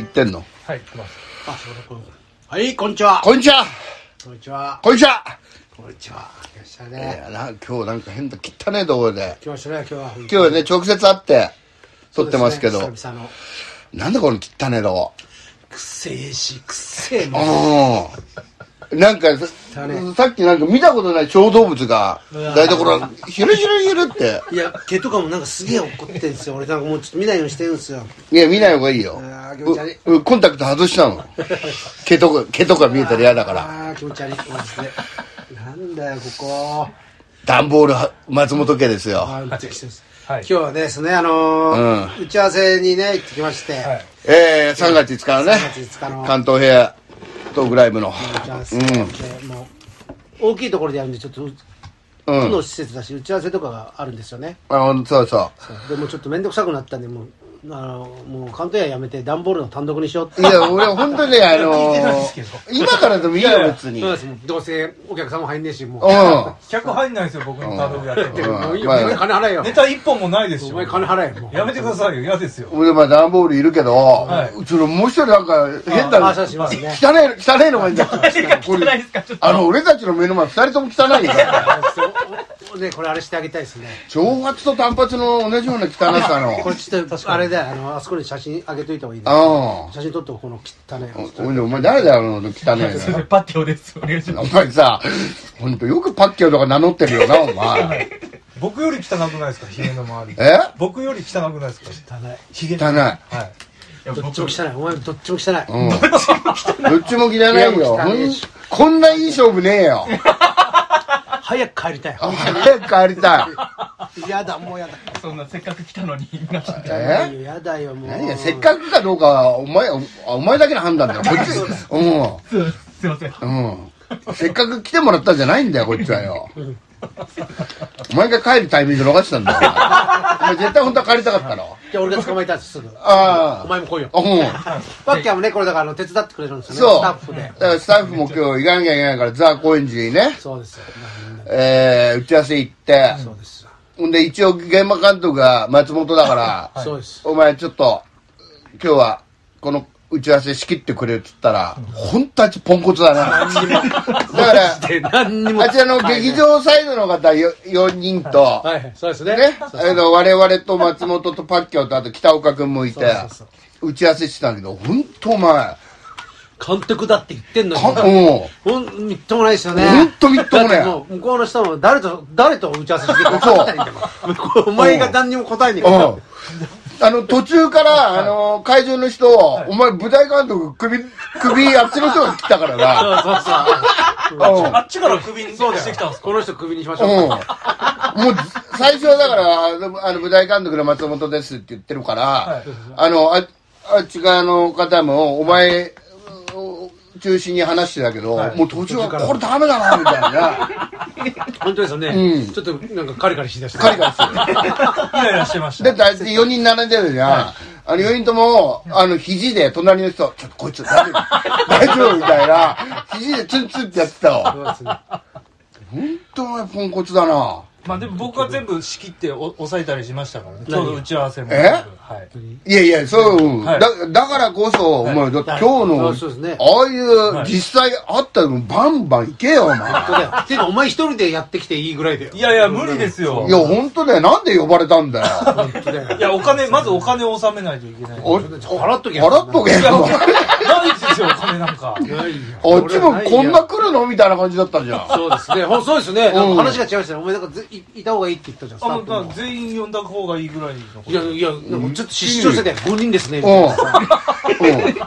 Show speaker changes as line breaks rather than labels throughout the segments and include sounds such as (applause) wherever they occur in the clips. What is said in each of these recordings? ってんの
はい、来ます。
はい、こんにちは。
こんにちは
こんにちは。
こんにちは
こんにちは。来ました
い
ね。
やな今日なんか変な汚ねえところで
来ましたね、今日は。今
今日はね直接会って撮ってますけど
久々の。
なんだこの汚ねえとこ
くせえし、くせえもん。
うんなんかさ
汚ね
さっきなんか見たことない小動物が
うわ
台所ひるひるひるって
いや、毛とかもなんかすげえ怒ってんですよ。俺なんかもうちょっと見ないようにしてるんですよ。
いや見ない方がいいよ
あー気持ち悪いう
うコンタクト外した
(laughs)
の毛とか毛とか見えたら嫌だから
ああ、気持ち悪い。マジで。なんだよ、ここ。
段ボールは松本家ですよ、
あー、めっちゃ来てます。
はい
今日はですね、あのー打ち合わせにね、行ってきまして。
はい。
えー、3月5日のね
3月5日の
関東平野トークライブの
打ち合わせ、
うん
でもう大きいところでやるんでちょっと、
うん
区の施設だし打ち合わせとかがあるんですよね
あほんそうそ
でもうちょっと面倒くさくなったんでもうあのもう関東屋やめて段ボールの単独にしようって
うい
(laughs)
や俺本当にあの
聞いてないですけど
今からでもいいよ
いやいや
別に
そうですもうどうせお客さんも入んねえしもう、
うん
客入んないんですよ、僕の単独やってて。
うん
もういいよ、
まあ
お前金払えよ
ネタ一本もないです
お
よ。
前金払えよもう
やめてくださいよ、嫌ですよ。
俺まあ段ボールいるけど、
いう
ちのもう一人なんか変だ
ああそうしますね
汚い汚いのがいいんだ
汚いですかちょっと
あの俺たちの目の前二人とも汚いよ
おおねこれあれしてあげたいですね
長髪と短髪の同じような汚さの
これちょっとあれだよあのあそこに写真あげといた方がいいね
あ
写真撮っとこうこの汚ね
あお前誰だよあの汚いの
パッテオです。お願いし (laughs)
お。前さ、ほんとよくパッキャオとか名乗ってるよな、お前。
僕より汚くないですか、ヒゲの周り。
え
僕より汚くないですか
汚い
ヒゲの。
汚い。
はい。
どっちも汚いお前どっちも汚い、
うん。どっちも汚いよ。
汚
ほ
い
ん
し
こんないい勝負ねえよ。
早く帰りたい
早く帰りたい。
やだもうやだ
そんな、せっかく来たのに、皆さん。
え
やだよもう
何や、せっかくかどうかは、お前、おお前だけの判断だよ。こっち、う
すいません。
ん。うん。せっかく来てもらったんじゃないんだよ、こっちはよ。お前が帰るタイミング逃したんだよ。お前絶対本当は帰りたかったろ。
じゃあ俺が捕まえたんですすぐ
ああ。
お前も来いよ
うん。
パッキャもねこれだからあの手伝ってくれるんですよね
そう
スタッフで
だからスタッフも今日行かなきゃいけないから、ザ・高円寺にね、
そうですよまあみんな
えー、打ち合わせ行って、
そうですよ
ほんで一応現場監督が松本だから、
そうです
お前ちょっと、今日はこの打ち合わせ仕切ってくれっつったら、ほんとあっちポンコツだな。だから、
で何にも
あちらの劇場サイドの方よ4人と、
はいはいそうですね
ね、
そう
あの我々と松本とパッキャオとあと北岡君もいて
そうそうそう、
打ち合わせしてたんだけど、ほんとお前、
監督だって言ってんのに
かうん。
ほんみっともないですよね
ほんとみっともない
だってう向こうの人も誰と誰と打ち合わせしてるか分かんないんだもん向こうお前が何にも答えに
うんあの、途中から、あの、会場の人、お前舞台監督首、首あっちの人が来たから
そう
な。
そうそう
う
っちから首にしてきたんです
この人クビにしまし
ん。
ょ
う。
うん
もう、最初はだから、あのあの、舞台監督の松本ですって言ってるから、
い
あの、ああっち側の方も、お前、中心に話してたけど、もう途中から、これダメだな、みたいな。
本当ですよね、
うん
ちょっとなんかカリカリしだした
カリカリしてる。
イライラしてまし
で、
た。
大体4人並んでるじゃん。あの4人とも、あの、肘で、隣の人、ちょっとこいつ、大丈夫大丈夫みたいな、肘でツンツンってやってた
そ
わ。
うですね
本当お前ポンコツだな。
まあでも僕は全部仕切ってお抑えたりしましたからね。今
何が
日の打ち合わせも。
え
はい。
いやいや、そう、うん
はい
だ、だからこそ、お前、だって今日の、
あそうですね
ああいう、
い
実際あったの、バンバン行けよ、お前。い
本当だよ。てか、お前一人でやってきていいぐらいだよ。
いやいや、無理ですよ。
や、本当だよ、なんで呼ばれたん
(laughs)
だよ。
本当だよ
い。や、お金、まずお金を納めないといけない。
お
払っとけよ。
払っとけよ
いや、
(laughs)
お金ないですよ、お金なんか。
ないよ
あっちもこん。な
俺は
い
よ
来るのみたいな感じだったじゃん。
そうですね。ほそうですね。なん
うん
か話が違いましたね。お前、なんかずい、いた方がいいって言ったじゃん。スタ
あ
ッ
もう
フ
だ
も
から全員呼んだ方がいいぐらいのこと
いや、いや、なんかちょっと失笑してて、5人ですね。みたいなさ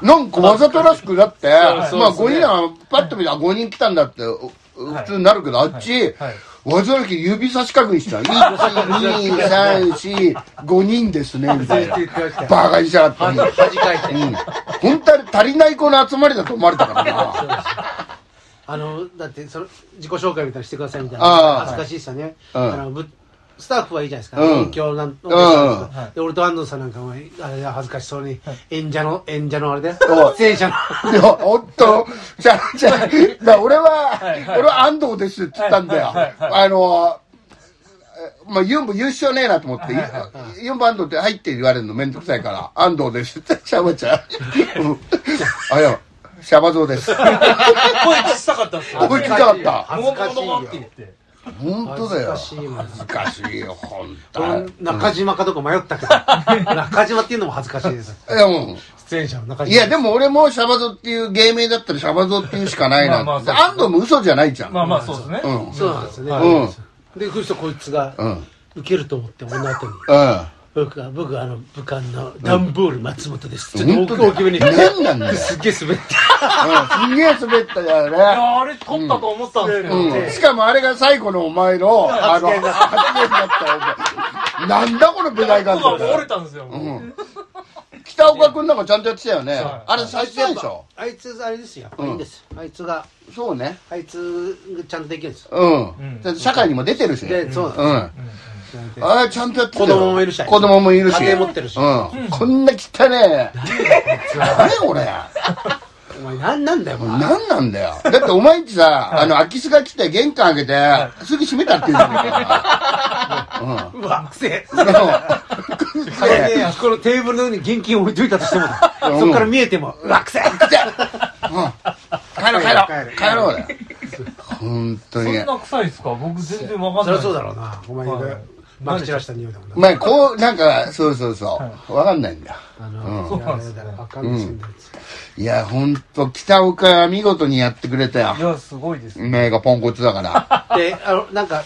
うん、なんかわざとらしくなって、
そう
まあ
そう
5
ですね
人はパッと見たら5人来たんだって、う普通になるけど、あっち、
はい
わざとらしく指差し確認した1、2、3、4、5人ですね、みたいな
言。ってましたよ
バカにしやがって。
恥恥かいて。
うん。本当は足りない子の集まりだと思われたからな。
あの、だって、その、自己紹介みたいなのしてくださいみたい
あ
な。
あ
恥ずかしいですよね。
うん
あの、ぶスタッフはいいじゃないですか。
うん
音響なん、
ん
音響さんとで、俺と安藤さんなんかも、あれだ恥ずかしそうに、演者の、演者のあれで、
おい
出演者の。
いや、おっと、じゃあ、じゃあ、だから俺は、俺は安藤ですって言ったんだよ。
はいはい
あの、まあ、ユンボ優勝ねえなと思って、ユユンボ安藤って入って言われるのめんどくさいから、安藤ですって、シャバちゃん。うんあ、いや、シャバ像です。
声小さかったっすよ
思い切りたかった。
恥ずかし
もごも
い
ごも
よ
って言って
本当だよ。
恥ずかしいもん
難しいよ、本当。
俺中島かどうか迷ったけど中島っていうのも恥ずかしい
(laughs)
です
いや、も
出演者の中
う。
島
いや、でも俺もシャバ像っていう芸名だったらシャバ像っていうしかないな
まあ
っ
まあ
て。
そう
安藤も嘘じゃないじゃん。
まあまあそうですね、
うん。うん。
そうなんですよね、
うん
でふとこいつが
うん。
受けると思って俺の後に僕は僕はあの武漢の段ボール松本です、ちょっと大き大きめに
何なんだよ。
すっげえ滑って
うんすげえ滑ったじゃんね。
いやあれ取ったと思ったんですけど、
うん、しかもあれが最後のお前のあの発言だったよお前なんだこの舞台監
音が折れ
督
たんですよ、
うん北岡君なんかちゃんとやってたよね
はい
あれ最初でしょ
あいつあれですよ、
うん
いいんですあいつが
そうね
あいつがちゃんとできるんですよ
うん、社会にも出てるしね
でそうなん
うんあれちゃんとやってたよ
子供もいるし
子供もいるし
家庭持ってるし
うん、こんな汚ねえ何俺
お前なんなんだよお前
何なんだよだってお前んちさあの空き巣が来て玄関開けてすぐ閉めたって言うじゃねえかうん
うわくせえ
そ
こ
れ
れねあそこのテーブルの上に現金置いといた
(laughs)
としてもだ
うん
そっから見えてもうわくせえ
じゃあうん帰ろう帰ろう帰ろうだよ本当
そ
に
んな臭いですか僕全然わかんない
そりゃそうだろうなお前
は
が
い
まき散らした匂いだもんな
お前こうなんかそうそうそうわかんないんだ
あの
そうなんですね
だからわかんない死んだやつ
いや本当北岡は見事にやってくれたよ
いやすごいです、
目がポンコツだから
であのなんか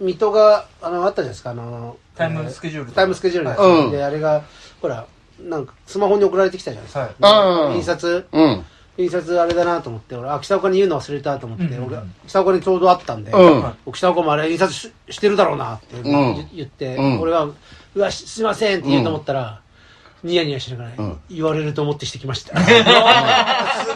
水戸があのあったじゃないですかあの
タイムスケジュールとか
タイムスケジュールのやつ、
うん
であれがほらなんかスマホに送られてきたじゃないですか、
は
う
い
ん
印刷
うん
印刷あれだなと思って俺あ北岡に言うの忘れたと思って、俺北岡にちょうどあったんで、
うん
北岡もあれ印刷ししてるだろうなって言,、
うん
って、
うん
俺は「うわしすいません」って言うと思ったら、ニヤニヤしながら、
ん
言われると思ってしてきました。 (laughs)
す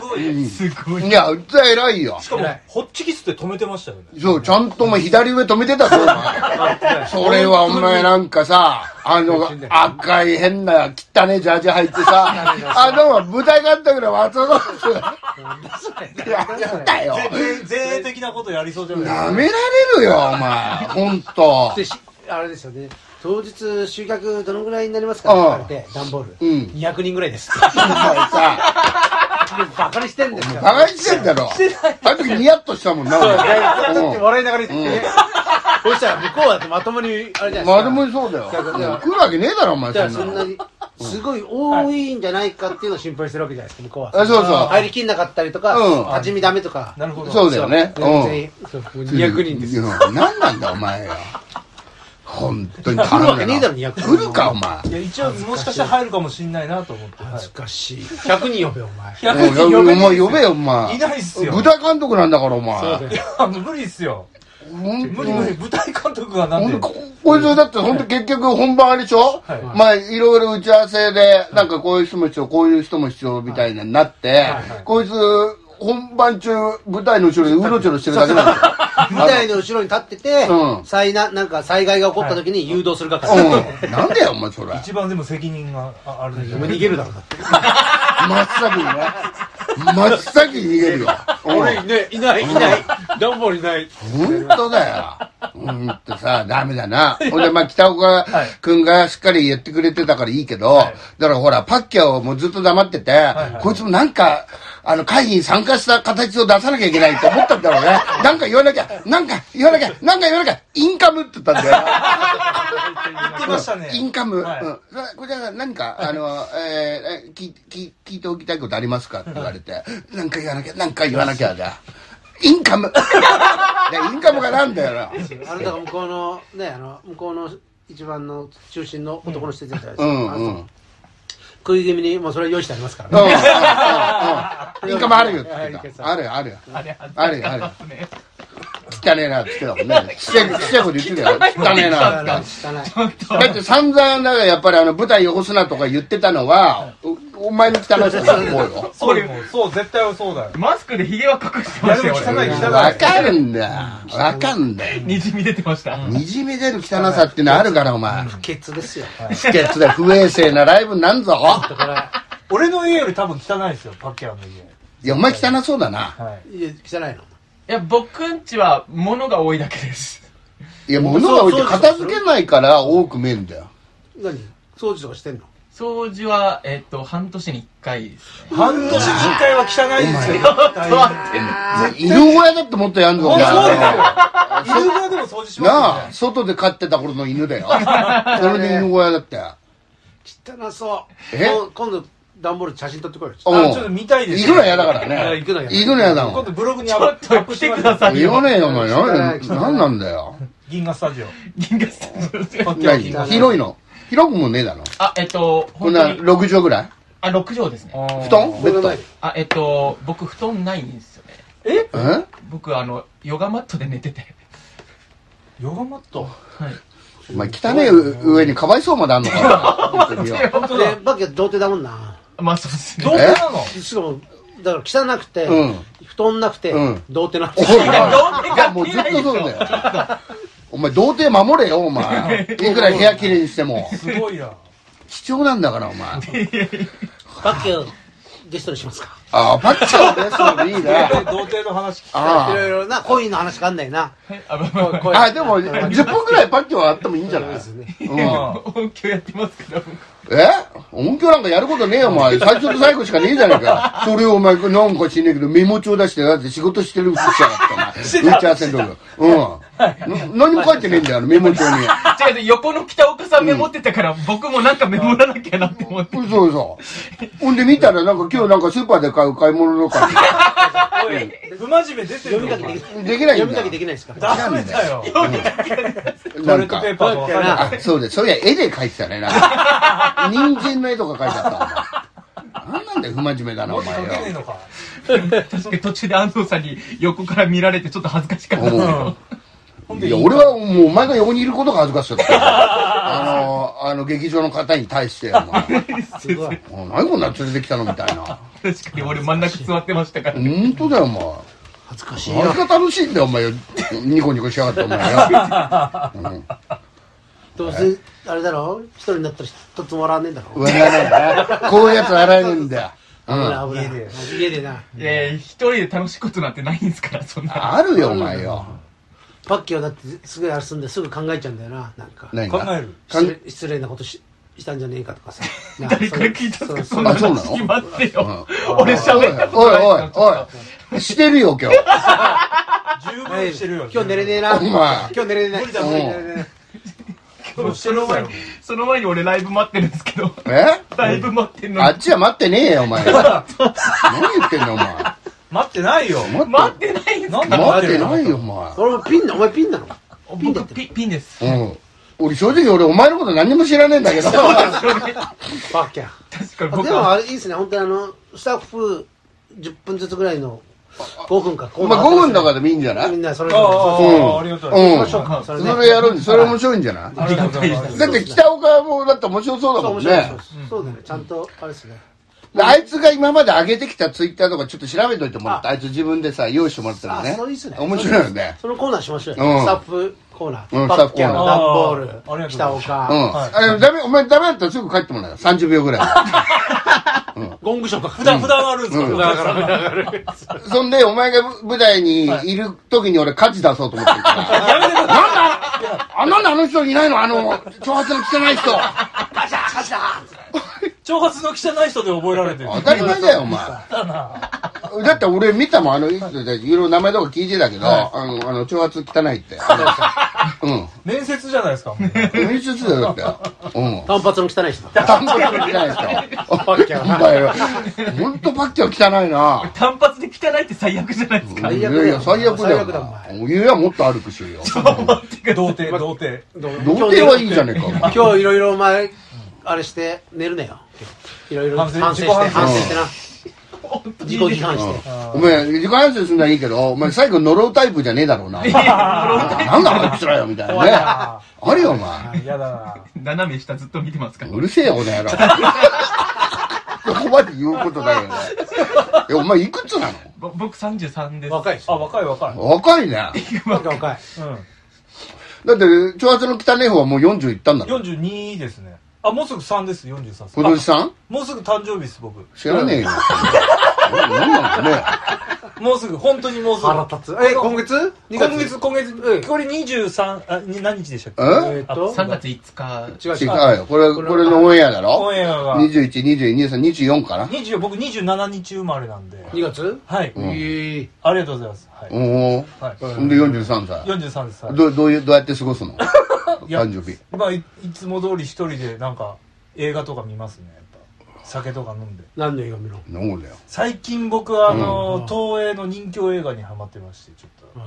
ごいすご
いやうっら偉いよ
しかもホッチキスって止めてましたよね
そうちゃんとも左上止めてたぞお前それはお前なんかさあの赤い変な汚ねジャージ履いてさあの舞台監督の松尾なんだよ
全前衛的なことやりそうじゃないですか
舐められるよ、お前。ほんと。
でしあれですよね当日集客どのぐらいになりますかって聞かれて段ボール、
うん
200人ぐらいです
お前さ、
(laughs) バカにしてんですから
バカにしてんだろ。あの時ニヤッとしたもんな、お前
だって笑いながら言ってね、そしたら向こうだってまともにあれじゃないですか
まるもにそうだよ。
だから
来るわけねえだろ、お前
だから
そ
そん
ん
な
なの。
にすごい多いんじゃないかっていうのを心配してるわけじゃないですか向こうは
あそうそう
入りきんなかったりとか、
うん
立ち見ダメとか
なるほど
そうだよね。
全然そう200人です
す。うん何なんだ、お前よ。ほんとに頼むよ。
来るわけねえだろ200
来
人
るか、お前。
いや一応もしかしたら入るかもしんないなと思って、はい
恥ずかしい100人呼べよお前
お
(laughs) 100
前、お前
人
呼べよ、お前
い。ないっすよ
舞台監督なんだから、お前。
いや無理っすよ
ほん
無
と
理
に
無理舞台監督がなん
ほ
で
んと、こいつだってほんと結局本番あれでしょ、
はい
まあいろいろ打ち合わせで、なんかこういう人も必要、こういう人も必要みたいなになって、こいつ本番中舞台の後ろでうろちょろしてるだけなんですよ。
(laughs)
舞台の後ろに立ってて、
うん
災難なんか災害が起こった時に誘導する
う
係、
ん、なんだよお前それ
一番でも責任がああるんじゃ
お
ない
前逃げるだろうな
真っ先にね真っ先に逃げる
(laughs)
よ
いないいないいないダンボールいない
本当だようんとさダメだなほんでまあ北岡君がしっかり言ってくれてたからいいけど、だからほらパッキャオもずっと黙ってて、こいつもなんかあの会議に参加した形を出さなきゃいけないと思ったんだろうねなんか言わなきゃなんか言わなきゃなんか言わなきゃインカムって言ったんだよ
言ってましたね
インカム、
はい
うん、これは何かあの、えー、え聞聞聞いておきたいことありますかって言われて (laughs) 何か言わなきゃ何か言わなきゃじゃインカムいやインカムがなんだよな
あなたが向こうのねあの向こうの一番の中心の男の人じゃないですか、
うん
あ
う
の
んうん
食い気味にもうそれは用意してありますからね、
うんインカムあるよって言ってたあるよあるよ
あれ
あるよあるよ汚ねえなって言ってたもんねちっちゃいちっちゃいこと言ってたよ汚ねえなって言って
汚い
ただって散々だからやっぱりあの舞台汚すなとか言ってたのはおお前の汚い人だと思うよ
そうよもうそう絶対そうだよ
マスクでヒゲは隠してましたよ。
いやでも汚い汚い
わかるんだよわかんだよ
にじみ出てました。
にじみ出る汚さってのあるから、お前。
不潔ですよ
不潔で不衛生なライブなんぞ。
だから
俺の家より多分汚いですよパッキャオの家
いや、お前汚そうだな。
はい
いや汚いの
いや、僕んちは物が多いだけです。
いいや、物は置いて片付けないから多く見えんだよ。
何掃除とかしてんの
掃除は、えっと、半年に一回ですね。
半年に1回は汚いですよ。
犬小屋だってもっとやんぞ、お前
そうだよ。犬小屋でも掃除しますよ
なあ、
ね。
外で飼ってた頃の犬だよ。それで犬小屋だって。
汚そう
え
もう今度段ボール写真撮ってこいよ
お
あちょっと見たいです
行くの嫌だからね。
行くの嫌だ
行くの嫌だも
今度
ん。
ブログにアップアップ
来
して
て
く
く
だ
だ
さい。
さい
言
よ。
わねえよ、お前。
汚い
な
汚い
なんなんだよ。
銀河スタジオ。
銀河スタジオ。
何広いの広くもねえだろ。
あ、えっと、
こん
本
な
当に。
6畳ぐらい
あ、6畳ですね。
布団ベッド
ない
あ、えっと、僕、布団ないんですよね。
え
え
僕、あの、ヨガマットで寝てて。
ヨガマット
はい。
お前汚ねえ上にかわいそうまであんのかな
本当だ
で。バキは童貞だもんな
まあ、そうです
ど
ね。
うなの
しかもだから汚くて、
うん
布団なくて、
うん
童貞なく
おい
て
おいもうずっとそうだよ。お前、童貞守れよ、お前。いくら部屋きれいにしても。
すごいな。
貴重なんだから、お前。
バキをゲストにしますか
ああ、パッチャーですよ、いいね。
童貞の話聞き
い
あ
ろいろな恋の話があんだよな
はいあ、まあまあま
(laughs)
あ、
あ。あ、でも、10分くらいパッチャーはあってもいいんじゃないうん、
音響やってますから、僕。
え音響なんかやることねえよ、お前。最初と最後しかねえじゃねえ
(laughs)
か。それをお前、なんか知んねえけど、メモ帳出して、だって仕事してるうちしやが
(laughs)
って、お前。打ち合わせのとこ。うん。な何も書いてねえんだよ、あのメモ帳に。
違う違う、横の北岡さんメモってたから、僕もなんかメモらなきゃなって思って。
嘘
(laughs)
嘘。ほんで見たら、なんか今日なんかスーパーで買う買い物のか
おい、不真面目出てる
読み書きでき
できないんだ
読み書きできないですから
ダメだよ。ト
な
イ
ん
レット
か
ペ。ーパーとわかんない。
あ、そうです。そういや、絵で描いてたね、なんか。人参の絵とか描いてあった、お
(laughs)
前。なんなんだよ、不真面目だな、お
文字書
前
け
よ
ね。えのか。
確かに途中で安藤さんに横から見られてちょっと恥ずかしかったですけど。
ほん
い
で
や、俺はもうお前が横にいることが恥ずかしか
(laughs)
った。あの、あの、劇場の方に対して、お前
す
(laughs)
ごい
お前何こんな連れてきたのみたいな。
確かに俺真ん中座ってましたから。
本当だよ、お前。
恥ずかしいよ
何が楽しいんだよ、お前よ。ニコニコしやがって、お
(laughs)
前よ。うん
どうせあれだろ一人になったら一つもらわねえんだろ、
笑わないな。こういうやつ笑えるんだよ。うん。
危ない危ない家でな
えー、一人で楽しいことなんてないんですから、そんな。
あるよ、お前よ。
パッキーはだってすぐやるすんですぐ考えちゃうんだよななんか
何
考
が
える。
失礼失礼なことししたんじゃねえかとかさ
誰から聞いたんですか、そん
う
な
あそうな
話
の
聞きますよ。俺喋ったこ
お
と
い
ない
おいおい。してるよ、今
(laughs)
日。
十
はい
分してるよ。
今日寝れねえな
お前
今日寝れねえ
無理だ
無理だ
寝れね
今日してるわよ。
その前に俺ライブ待ってるんですけど、
え
ライブ待ってんの
あ
に
っちは待ってねえよ、お
(laughs)
前。何言ってんだ、お前。
待ってないよ。
待ってないんです
なん
か
だ
待ってない
よ。
よ、お
え俺もピンなお前ピンなのピンだっ
僕
て
ピピンです。
前。うん。俺、正直俺、お前のこと何にも知らねえんだけ
(laughs)
ど。
パッキー
確かに
あ
僕
でも
は。
あれいいですね本当にあのスタッフ10分ずつぐらいの5分か5
まあ、5分とかでもいいんじゃない
み
うん
なそれ
あ
ぞれ
あああ、ありがとう。あ
ん。そ
それね
れやるんで、それ面白いんじゃない
りがとうございま
だ
す。
って北岡もだって面白そうだ
そう
も
面
ん
白い
ね
そう。そうだねちゃんとあれですね
であいつが今まで上げてきたツイッターとかちょっと調べといてもらって、あいつ自分でさ、用意してもらったら
あ
ね。
そういいっすね
面白いよね。
そのコーナーしましょう
う
よ
ん
スタッフコーナ
う
ー
ん
パッキーの
ス
ダ
タッ
ン
フ
ボ
コーナーあああ
ー
りがとうございま
ル
す
北
うん。
岡
はい
あれ、ダメ、お前ダメだったらすぐ帰ってもらえよ。30秒ぐらい。
(laughs) ゴングショッ
普
ク
段、普段あるんですか
うん
普段から。
そんで、お前が舞台にいる時に俺、火事出そうと思ってるから。なんだあ、なんであの人いないのあの、挑発の汚い人。
挑発の汚い人で覚えられてる。
当たり前だよ、
(laughs)
お前。だって俺見たもん、あの人たち、いろいろ名前とか聞いてたけど、あの、あの、挑発汚いって。うん。
面接じゃないですか。もう
演出だよ、だ
(laughs)
って。うん。
単発の汚い人
単発の汚い人。お
パッキャー
前は、ほんとパッキャー汚いな。
単発で汚いって最悪じゃないですか。
最悪だよ
いやいや、最悪だ
最
よ
悪だ
な。家はもっと歩くしよ。
童貞、童貞。
童貞はいいじゃねえかお前。
今日いろいろお前あれして寝るねよいろいろ
反
反
省
省して
自己反省
反省してな自己
(laughs)
批判して
お前、時間反省するのはいいけど、お前最後呪うタイプじゃねえだろうな。なんだあいつらよ、みたいなね。あるよ、お前。
嫌だな。
斜め下ずっと見てますから。
(laughs) うるせえよ、この野郎。そこまで言うことだよね。え、お前いくつな
ぼ僕33です。
若いし
あ、若い若い。
の若いね。だ
若い若い
うん。
って、挑発の汚い方はもう40いったんだ
(laughs)
ろ。
42ですね。あ、もうすぐ3です、43歳。
今年さん
もうすぐ誕生日です、僕。
知らねえよ。何なのね。
もうすぐ、本当にもうすぐ。
腹立つ。え、今月2
今月、今月、うんこれ23、あ、に何日でしたっ
(laughs)
け
うん
えっと、
3月5日。
違
違
う違
う
う。
よ。これ、これのオンエアだろ
オンエアが
21、22、23、24かな
20僕27日生まれなんで。
2月
はい。
ええ。
ありがとうございます。はい。
おお。
はい、
ほんで43歳。
43です。はい
どう、どういう、どうやって過ごすの
いや
誕生日。
まあい、いつも通り一人でなんか映画とか見ますね。やっぱ酒とか飲んで。
何の映画見ろ。
なんだよ。
最近僕はあの、東映の人気映画にハマってまして、ちょっ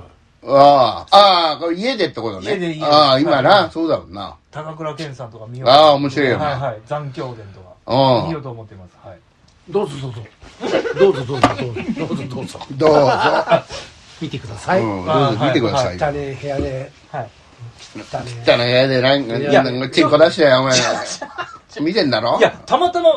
と。
ああ、ああ、これ家でってことね。
家で家で
ああ、今
は
な、
い
そうだろうな。
高倉健さんとか見よう
ああ面白いよね
はいはい。残響伝とか。
うん
見ようと思ってます。はい。
どうぞどうぞ。どうぞどうぞどうぞ。どうぞどうぞ。
どうぞ。
見てください。
うん、
あ
ど
あ
うぞ見てくださいよ。
汚ね部屋で。
はい。
汚ね。
汚い部屋でなんか、
い
や
なんかチンコ出してよ、お前。見てんだろ
いや、たまたま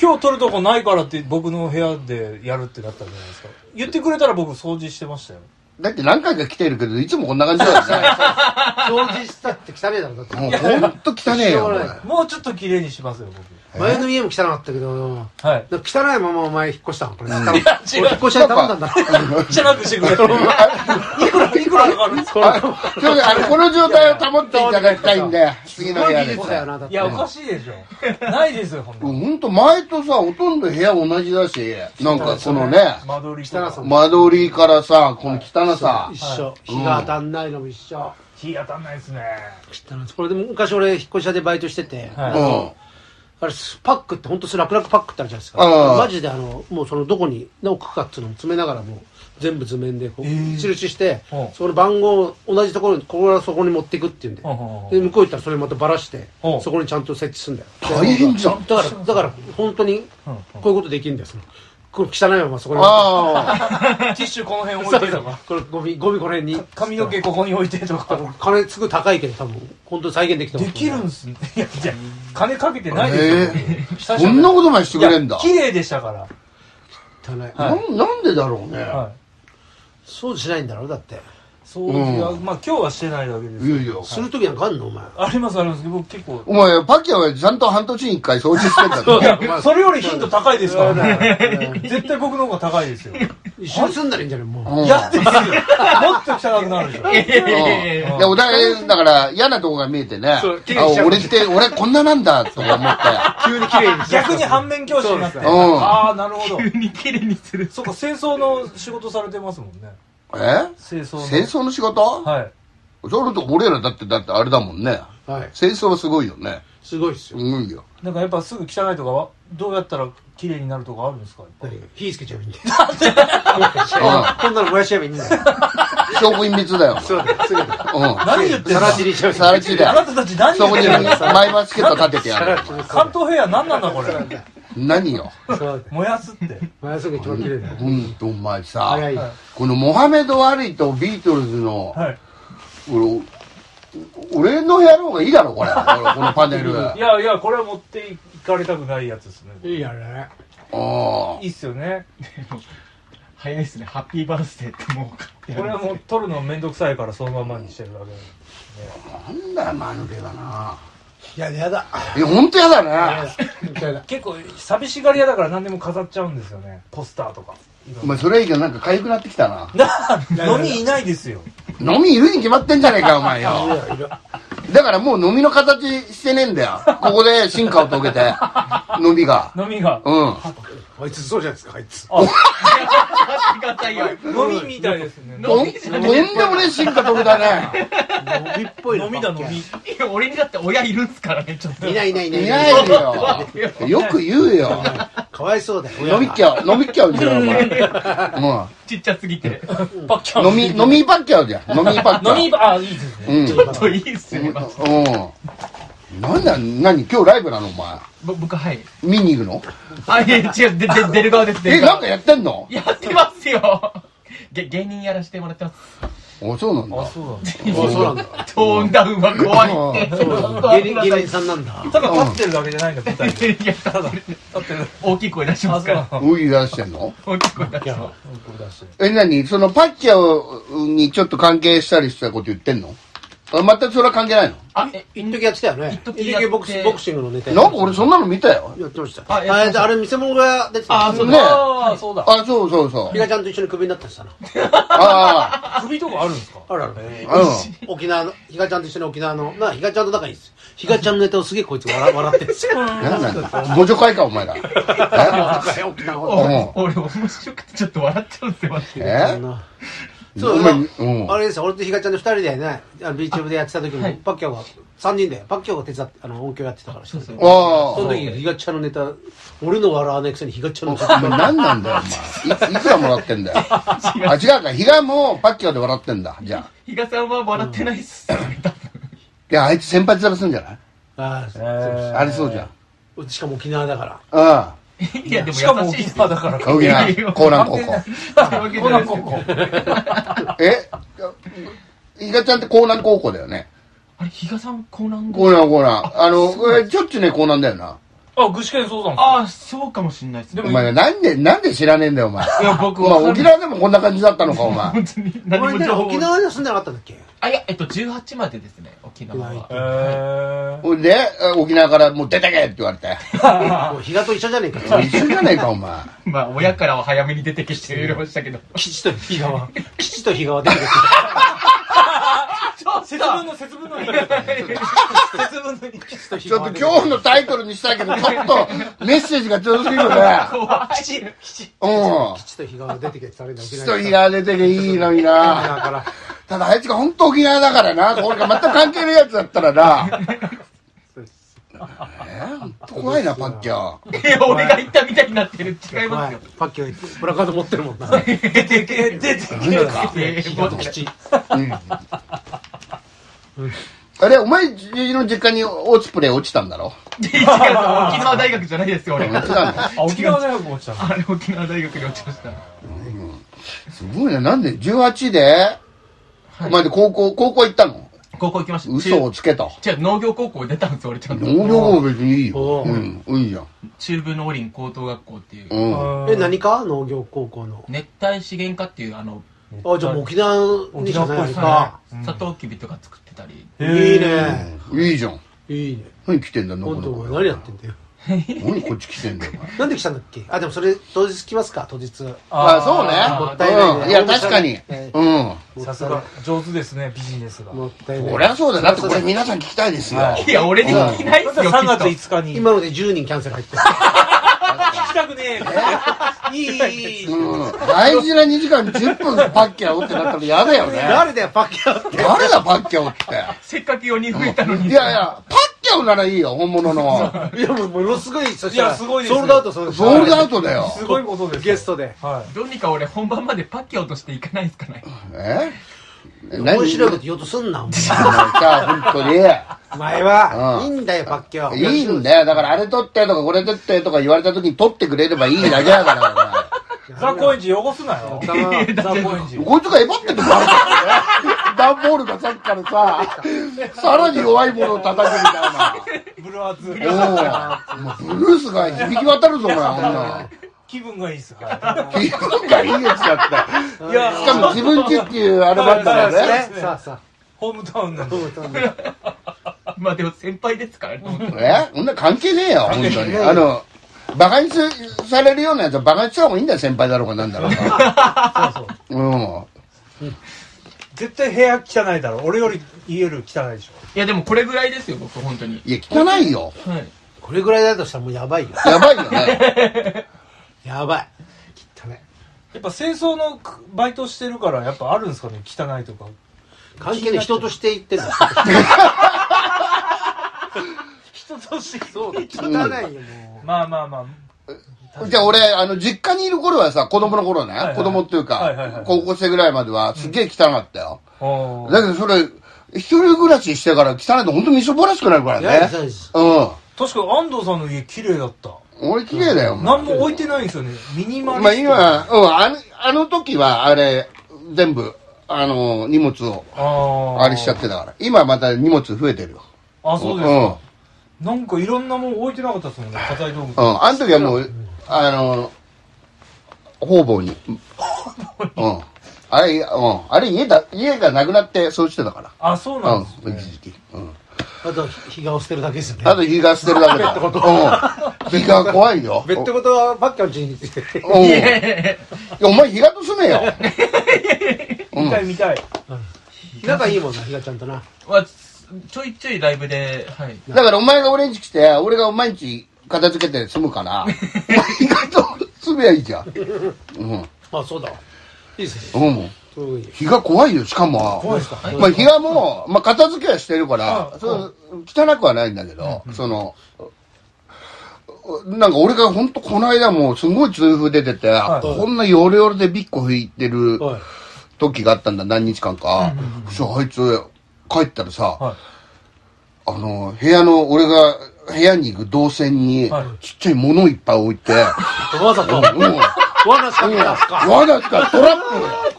今日撮るとこないからって僕の部屋でやるってなったんじゃないですか。言ってくれたら僕掃除してましたよ。
だって何回か来てるけど、いつもこんな感じだよね。
掃除したって汚ねだろ、だって。
もうほんと汚ねえよ、これ。
もうちょっと綺麗にしますよ、僕。
前の家も汚かったけど、
はい。
なんか汚いままお前引っ越したのこれ。俺引っ
違う
越し屋に頼んだんだろ。
(laughs) じゃなくしてくれ。いくら、いくらかかるん (laughs) ですか
あちょっとあのこの状態を保っていただきたいんで、次
す
の
ご
部
い
屋
技
で
術だよな、
さ。
だっ
い
て。
や、おかしいでしょ。ないですよ、ほんと。
ほんと前とさ、ほとんど部屋同じだし、なんかこのね、
間取りと
汚
か
さ。も
間取りからさ、この汚さ。
一緒。日が当たんないのも一緒。
日当たんないですね。
汚いこれでも昔俺引っ越し屋でバイトしてて、
は
う
い
ん。
あれスパックって本当スラクラクパックってあるじゃないです
あ
か
あ
マジであのもうそのどこに置くかっていうのを詰めながらもう全部図面でこう印して、
うん
そこの番号を同じところにここからそこに持っていくっていうんで、
うんうんうん
で向こう行ったらそれまたばらして、
うん
そこにちゃんと設置するんだよ
大変じゃん。
だからだから本当に
うん
こういうことできるんだよそのこの汚いままそこに
ああ。
ティッシュこの辺置
そ
いうて
そ
と
う
か。
これゴミゴミこの辺に
髪の毛ここに置いてと
だ
か
か。ら金すぐ高いけど多分本当に再現できた
できるんすね。いや、いや、金かけてない
え
ですよ。
こんなことまでしてくれんだ
いや。綺麗でしたから。
汚い、
なんなんでだろうね。
はい。
そうしないんだろうだって
掃除が、まあ今日はしてないだけです
い
けど。
やいや。
する時なんかあんのお前
ありますあります。僕結構。
お前、パキャはちゃんと半年に一回掃除してん
(laughs)
だ
い
ぞ。
やそれより頻度高いですからね。絶対僕の方が高いですよ。
一緒に住んだらいいんじゃないもう
うん
いやですよ。もっと汚くなるでしょ。
いやいやいや
うんでお互いだから嫌なとこが見えてねあ
そう綺麗にしちゃう
俺って俺こんななんだとか思っ
急に綺麗に
逆に反面教師になって。
そうですねうん
ああ、なるほど。
急に綺麗にする。
そっか、清掃の仕事されてますもんね。
(laughs)
てえ
清掃の。
清掃の仕事
はい。
それと俺らだってだってあれだもんね
はい
清掃はすごいよね
すごいっす
す
よ
ごいよ
なんかやっぱすぐ汚いとかは、どうやったら綺麗になるとかあるんですかやっぱ
何が火つけちゃえばいいんだよ
う
こんなの燃やしちゃえばいいんだよ
ん証拠隠滅だよ
(laughs) そうだよすぐだ
お前うん
何言ってん
さ
の
らちりしちゃえばいいんだ
さら
よ
ちだ
あ
よ
なたたち何
そこに
言ってんの
マイバスケット立ててや
(laughs)
る
関東平野何なんだこれ。
何よ
そうだよ
燃やすって。
燃やすぐ一番綺麗だよ
ほんとお前さ
早いよ
このモハメド・アリとビートルズの
はい。
俺俺の部屋の方がいいだろ
(laughs)
これ俺このパネルあ
いやいや、これは持っていかれたくないやつですね。
いいやね
あ
いいっすよね。
早いですね。ハッピーバースデーってもう買ってあ
こ
る
れはもう取るのめんどくさいからそのままにしてるだけなんで。
なんだよ間抜けだない
ややだ
え、ほんとやだね。
やだ
結構寂しがり屋だから何でも飾っちゃうんですよね。ポスターとか。
お前、それ以外なんか痒くなってきたな。
な飲みいないですよ。
飲みいるに決まってんじゃねえか、お前よ。だからもう飲みの形してねえんだよ。ここで進化を遂げて、飲みが。
飲みが。
うん。
あいつそうじゃないですかあいつ
買ってくださいよ。
飲みみたいですね。
とんとんでもねえ進化遂げたね。
飲みっぽいな
飲みだ飲み。
いや俺にだって親いるんすからね、ちょっと。
いないいないいない
いないよ。よく言うよ。
かわいそうだよ
飲みっきゃ、飲みっきゃうじゃん、お前。う
ちっちゃすぎて。
パッキャ
ん。飲み、飲みばっきゃうじゃん。飲みばっきゃ
飲みば、あ、いいですね。
うん。
ちょっといいっすね。まあ
うん。なんだ、何今日ライブなの、お前。
ぼ僕、はい。
見に行くの
あ、いや、違う、で、で、出る側です、出
え、
る
なん
側
か。やってんの
やってますよ。げ、芸人やらせてもらってます。
お、そうなん
あ、
だ。
そうなんだ。
もうそうなんだ
トーンダウンは怖いっ
芸
て。
人芸人さんなんだ
ただ立ってるだけじゃないんだ、舞台で。
いや、ただ、
立ってる。
大きい声出しますから。
うい出してんの
大きい声出しま
うんこれ出してる。
え、なにそのパッキャオにちょっと関係したりしたこと言ってんのあ全くそれは関係ないの
あ、え、
一時やってたよね
一
一
時
時
やって
ボクシボクシングのネタや
なんか俺そんなの見たよ。
やってました
あ
あ
やってました
あれ見せ物が出てた
あ、そう
ね
だ。あーそうだ。
あ、そうそうそ
ひ
う。
がちゃんと一緒にクビになったしさな
あ
首とかあるんですか
あるある
あ、うん。
沖縄のひがちゃんと一緒に沖縄のまあひがちゃんと仲いいんですよひがちゃんのネタをすげえこいつ笑笑ってるんですよ
なんなんだ。ご助会か、お前ら。
沖縄
お
の
うん
俺、面白くてちょっと笑っちゃうんですよ、私
ええ
そう
お前
まあ
うん
あれですよ俺とひがちゃんの二人でねあのビーチ部でやってた時も、
はい
パッキャオが三人でパッキャオが手伝ってあの音響やってたからそ
そう
あ
の時にひがちゃんのネタ俺の笑わないくせにひがちゃんのネタ
あ。お前何なんだよ、お前。いいくらもらってんだよ。あ、違うか。比嘉もパッキャオで笑ってんだ。じゃあ。
比嘉さんは笑ってないっす。
いや、あいつ先輩ずらすんじゃない
ああそう
ありそうじゃん。
しかも沖縄だから
うん。
いや、でも優しいっす。
しかも沖縄だから
青木な、江南高校。
こんな高校。
え伊賀ちゃんって江南高校だよね。
あれ、比嘉さん、江南
江南、江南。あの、えちょっちゅうね、江南だよな。
あ具志堅そうだもん
ああ、そうかもしんないっす。で
お
も、
前、なんで、なんで知らねえんだよ、お前。
いや、僕
お前、沖縄でもこんな感じだったのか、お前。
本当に
お前
何も
ね
情報
沖縄で住んでなかったんだっけ
あ、いや、えっと、18までですね、沖縄
は
は。
へー
ほんで、沖縄からもう出てけって言われて。
もう比嘉と一緒じゃねえか
(laughs)
一緒じゃねえか、お (laughs) 前。
まあ、親からは早めに出てきて言ましたけど。
吉と比嘉は吉と比嘉は出てくる
節分の節分の日節分の日
吉と比
ちょ
嘉
っ
は
と今
出てくる
日のタイトルにしたいけど、ちょっとメッセージが強すぎるね。うん。
吉と比嘉は出てけってされるの沖
一
縄
人が出てけいいのに
沖縄
な。
(laughs)
から
ただ、あいつが本当沖縄だからな。俺が全く関係ないやつだったらな。えーほんと怖いな、パッキャオ。
俺が言ったみたいになってる。違いま
は
す
い
よ。
パッキープラカード持ってるもんな出てけ出て
なんだか。
えー
もっと吉
あれ、お前の実家にオスプレイ落ちたんだろ
違う、沖縄大学じゃないです
(laughs)
よ、俺。
落ちたんだ。
あ沖縄大学も落ちたの
あれ、沖縄大学に落ちました。
すごいな。なんで、18で、お前で高校、高校行ったの
高校行きました。
嘘をつけた。
じゃあ農業高校出たんですよ、俺ちゃんと。
農業は別にいいよ。
お
う、
うん
いいじゃん。
中部農林高等学校っていう、
うん。
あー
え何か農業高校の
熱帯資源科っていう、あの、
あじゃあもう沖縄にしかないのか
サトウキビとか作ってたり、
いっぱい
いいね
いいじゃん。
いいね
何来てんだ、のこ
本当
のこ
お前。何やってんだよ
何こっち来てんだよ、お前。
なんで来たんだっけあでもそれ当日来ますか当日
あ
も
あ、
ったい
そう
ない
ね。う
ね
ん。いや、確かに。うん。
さすが上手ですねビジネスが
もったいない
そりゃそうだよ。だってこれ皆さん聞きたいですよ。
はい
いや、俺に聞きないっすよ、
3月
きっ
5日に
今ので10人キャンセル入って
(laughs)
る
聞きたくねえ
いいいいいい
うん。大事な2時間10分パッキャオ (laughs) ってなったら嫌だよね。
誰だよパッキャオって
誰だ、パッキャオって。
とせっかく4人増えたのに。
いやいや、パッキャオならいいよ、本物 (laughs) の。
いやもうものすごいそした
い
ら
やす
ソ
ごいですよ
ールドアウトそうです
ソールドアウトだよ。
すごいことです
ゲストで
は
どうにか俺本番までパッキャオとしていかないっすかね。
え
面白いこと
と
言おうとすんな
(laughs)
お
さ、本
前前は
う
いい
ん
んだよパッキ
当
ャオ
に。いいんだよ。だからあれ撮ってとかこれ撮ってとか言われた時に撮ってくれればいいだけだから、
いザ・コインジ汚すなよザ・
頭
コイン
お
ジ
前こいつがエバっててもらうからね。 (laughs) 段ボールがさっきからさ、さらに弱いものを叩くみたいな。
ブルワーズ
おお、ブルースが響き渡るぞ、お前、あんな
気分がいいっすは
の。気分がいいやつだった。
いいや
しかも自分ちっていうアルバムだ
そう
よ
で
ね。
すね
さあさ
ホームタウンな
あ
ん
ど
で
うもどうもい
まあでも先輩ですからね。
えそんな関係ねえよ、本当に。あの、馬鹿にすされるようなやつは馬鹿にした方がいいんだよ、先輩だろうがなんだろうが。 (laughs) うん。
絶対部屋汚いだろ俺より家より汚いでしょ
いや、でもこれぐらいですよ、僕、本当に。
いや、汚いよ。
はい。
これぐらいだとしたらもうやばいよ
やばいよね。
やばい汚い
やっぱ清掃のバイトしてるからやっぱあるんですかね汚いとか
関係ない人として言ってるの
人として
そうだ汚いよも
まあまあまあ
じゃあ俺、あの、実家にいる頃はさ、子供の頃ね、
いはい
子供っていうか、
はいはいはい
高校生ぐらいまでは、すげえ汚かったよ。
おー
だけどそれ、一人暮らししてから汚いと本当みそぼらしくなるから
ういや
ね
い。やいや
う
確か安藤さんの家綺麗だった
ん。俺綺麗だよ、お前
何も置いてないんですよねミニマリスト
まあ今、うん、あの、あの時は、あれ、全部、あの、荷物を、
あー
あれしちゃってたから。今また荷物増えてるよ。
あそうですかなんかいろんなもん置いてなかったですもんね硬い道具
うん。うん。あの時はもう、あの、方々に。うん。あれ、うん。あれ家だ、家がなくなってそうしてたか
あ、そう
ら。
な
うんん
です。、
一時期。うん。
あと日がを捨てるだけですよね
あと日が捨てるだけだ。うん。日が怖いよ。
ベッドごとはバッキャのうちに捨てて
うん。い
(laughs)
や、お前日がとすねよ。
見たい見たい。
仲いいもんな (laughs) 日がちゃんとな
はちょいちょいライブで、はい。
だからお前が俺んち来て、俺がお前んち片付けて住む (laughs) から、お前日がと住めばいいじゃん。うん。
あそうだいいですね
うん。
すごい
日が怖いよ、しかも。
怖いですか
まあ、日がもう、まあ、片付けはしてるから、そう汚くはないんだけど、その、なんか俺が本当この間もうすごい痛風出てて、
はい
こんなヨレヨレでビッコ吹いてる
はい
時があったんだ、何日間か。そしたらあいつ帰ったらさ、
はい
あの、部屋の、俺が部屋に行く動線に
はい、
ちっちゃい物いっぱい置いて、
わざと
うん、うん、
罠仕掛けたんすか
わざかトラッ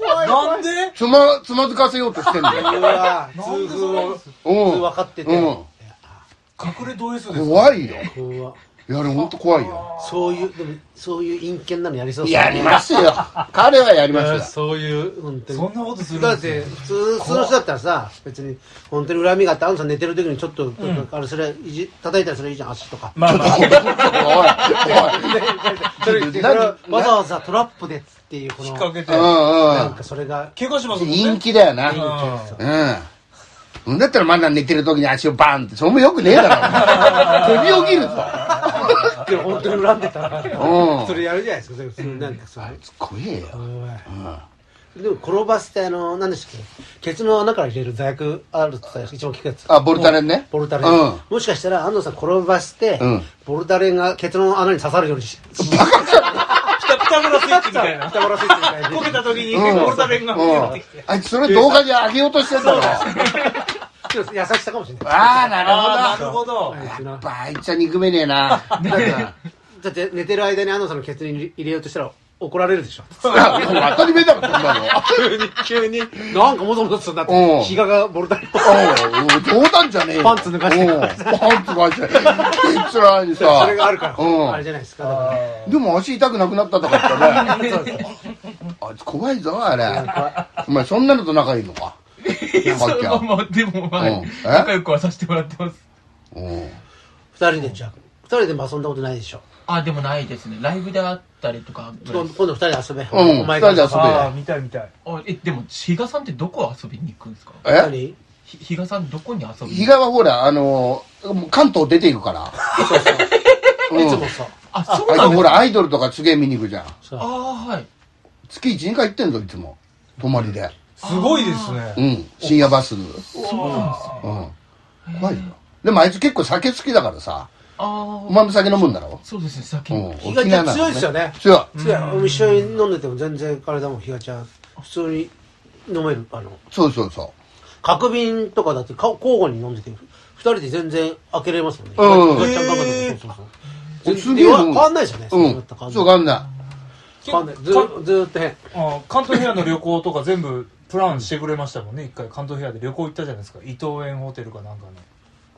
プよ
なんで
つま、つまずかせようとしてんだよ。
うわ痛
なんで
風を
うん。
分かって
う
て
ん
隠れド S ですか
怖いよ。
怖っ
いや、あれ本当怖いよ。
そういうでもそういう陰険なのやりそうっす
(laughs)
ね
やりますよ。彼はやり
い
ま
や
(laughs) すよ。
そういう本当に
そんなことするん
だっ
で
て
すね
普通普通の人だったらさ別に本当に恨みがあってあんさん寝てる時にちょっと、あれそれいじ叩いたりすればいいじゃん足とか
まあまあ、
それそれわざわざトラップでっていうこ
引っ
の
掛けて
おい、。お
なんかそれが
怪我します
い、
も
うんん。
ね。
人気だよ
う
な。
ん
うん。だったらまだ寝てる時に足をバーンって、それもよくねえだろ。首を切るぞ。
でも本当に恨んでたら
うん。
それやるじゃないですかそれ普通になんかそれ
怖えよ。
でも転ばせてあの何でしたっけケツの穴から入れる座薬あるって言ったら一番効くやつ
あボルタレンね
ボルタレン、
うん
もしかしたら安藤さん転ばせて、
うん
ボルタレンがケツの穴に刺さるよ
(laughs)
うにし
ピタピタゴラスイッチみたいな。
ピタゴラスイッチみ (laughs) たいに
こけた時に、
うん
ゴルタ弁が
うん
出てきて。
あいつそれ動画に上げようとしてんだろ。
ちょっと優しさかもしれない
ああ、な
ああ、な
る
る
ほど。
ほど。
あいつ
やっ
な
ぱあいつは憎めねえな。
だって寝てる間に安藤さんのケツに入れようとしたら怒られるでしょ
あ当たり前だろ、こんなの。
急に急になんかもともとすんなっ
うん
てひががボルタレン
おう冗談じゃねえよ
パンツ脱がして
おうパンツ脱がしていつらにさ
それがあるから、
うん
あれじゃないですかだから
でも足痛くなくなったとか言ったねあいつ怖いぞあれお前そんなのと仲いいのかパッキ
まあ
ャ
まあ、でも、は
うん
い
え。
仲良くはさせてもらってます。
うん
二人でじゃあ二人でも遊んだことないでしょ
あ、でもないですね。ライブで会ったりとか。
今度二人で遊べ、
うん
お前が
二人で遊べ
ああ、見たい見たい。
あえ、でも、比嘉さんってどこ遊びに行くんですか
え
何
ひ比嘉さんどこに遊び
比
に
嘉はほらあのもう関東出ていくから
そうそう
うん
いつもさ
あ、そう
あ
な
つ
いんで
ほ
すから
アイドルとかすげえ見に行くじゃん
さ
ああ、はい。
月12回行ってんぞいつも泊まりです
ごいですね
う。ん深夜バスうん怖いよでもあいつ結構酒好きだからさ
あ
お
あ、
前も酒飲むんだろ
そうですね、
う
先
ん
に。
日がちゃん強いですよね
強い
そうや一緒に飲んでても全然体も日がちゃん普通に飲めるあの
そうそうそ
角瓶とかだってか交互に飲んでて二人で全然開けれますもんね
うん
ひがちゃんばっかでそうそうそう
おす
全
げえ
然
飲む
変わんないですよね
う。うん。そうかんな
変わんないずーずーっと変
あー関東平野の旅行とか全部プランしてくれましたもんね一回関東平野で旅行行ったじゃないですか伊東園ホテルかなんかの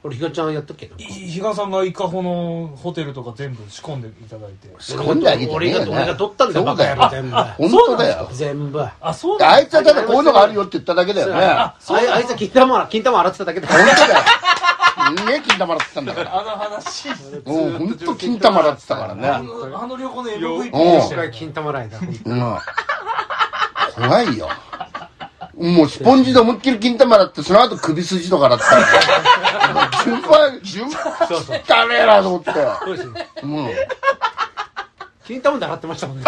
俺ひがちゃんやったっけなんか
い比嘉さんが伊香保のホテルとか全部仕込んでいただいて
い。仕込んであげてね
俺が俺が取ったんだよ
そうだよ
バカ野郎
本当だよ。
全部あ
あそう
あ
なん
いつはただこういうのがあるよって言っただけだよね。
いあいつは金玉金玉洗ってただけだ
本当だよ。ねえ、金玉洗ってたんだから。
あの話
(laughs) もう本当金玉洗ってたから
あ
ね。
のあの旅行の MVP
うん
でしたよ
金玉ライダー。
うん。怖いよ。もうスポンジで思いっきり金玉洗って、その後首筋とか洗ってた
(laughs)
から。順番、順番、汚ねえなと思って。
そうですね。
うん。
金玉で洗ってましたもんね。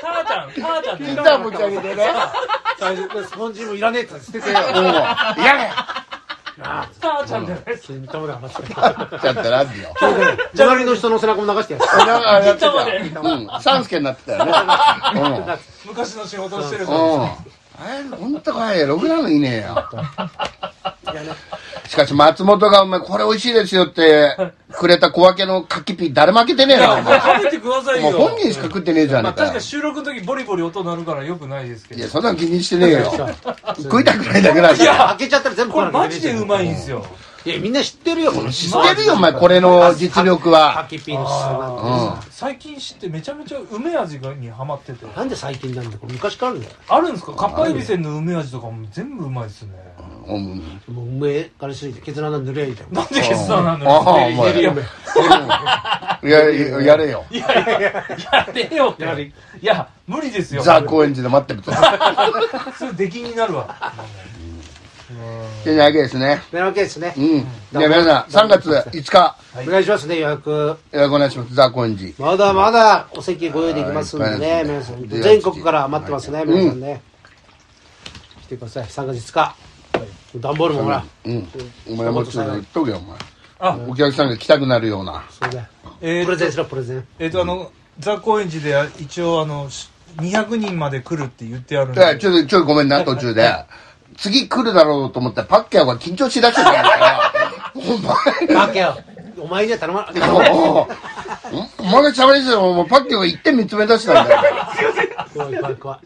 母ちゃん母ちゃんって
金玉持ち上げてね。
最初スポンジもいらねえって捨ててよ。
もう、嫌ね
母ちゃんじゃないです
金玉で洗って
え。ちゃったらあるよ。
隣の人の背中も流してやる。
なんかあれやってた
金
うん。三助になってたよね。
昔の仕事をしてる
う
じゃない
ん。う
で
ん。あれ、ほんとかい。ろくなのいねえよ。しかし松本がお前これ美味しいですよってくれた小分けの柿ピー誰も開けてねえな、お
すか食べてくだ
(laughs)
さい
前。
よ
もう本人しか食ってねえじゃね
まあ
えか
確か
よ
に。収録の時ボリボリ音鳴るからよくないですけ
い
ど
や、そんなの気にしてねえよ。食いたくないだけなん
い
だよ
や、開けちゃったら全部
これマジでう
い。
まいんですよ
いやみんな知ってるよこの
知
知
ってるよ、お前、これの実力は。
キピンスなんて
うん。
最近知ってめちゃめちゃ梅味がにハマってて
なんで最近なんだこれ昔からあるんだよ
あるんですかかっぱえびせんの梅味とかも全部うまいですね
うん
もう梅からすぎてケツの穴濡れみたいな
なんで決断なん
あ
だ
あ、お前。
いやい
や、ややれよ。
やいややれよっていや無理ですよ
ザ・高円寺で待ってると。
それ出禁にな
(laughs)
るわ
てなわけですね。
なわけですね、
うん。じゃあ皆さん、3月5日、
はい
お願いしますね予約
よろしくお願いします。ザ・高円寺。
まだまだお席ご用意できますんで
は
ね
い
皆さん全国から待ってますね
うん
皆さんね来てください3月5日段ボールもほら
うん。お前もちょっと言っとけよ、お前。
あ
お客さんが来たくなるような。
そうだよ
え
プ
ー
レゼンしろプレゼン
えっとあのザ・高円寺で一応あのし200人まで来るって言ってあるん
いや、
で
ちょっと、ちょっとごめんな、途中で。次来るだろうと思ったら、パッキャオが緊張しだしてたから、お前、
負けよお前には頼まな
おおお前が喋りしてたら、もうパッキャオが一点見つめ出してたんだよ。
怖い怖い怖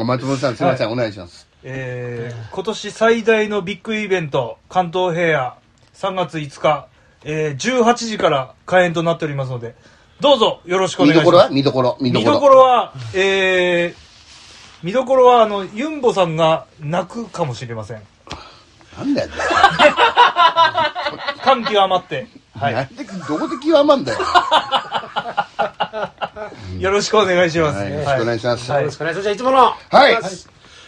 い
松本さん、すいません、お願いします。
えー今年最大のビッグイベント関東平野3月5日、えー18時から開演となっておりますのでどうぞよろしくお
見
願
ど
いし
ころ
ま
は
す
見どころ、見ど
見
こ
ど
ろ
こ。ろはえー見どころはあのユンボさんが泣くかもしれません
なんだよ。
感極まって、は、
ないんで、どこで極まんだよ。
よろしくお願いします、
はい、よろしくお願いします。
は
はいい
よろしくお願いしますじゃあいつもの
はい。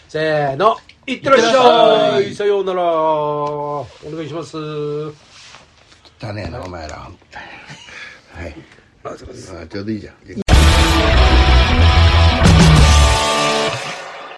せーのいってらっしゃいさようならお願いします
汚ねえな、お前ら。本当にはい。あ、ちょうどいいじゃん。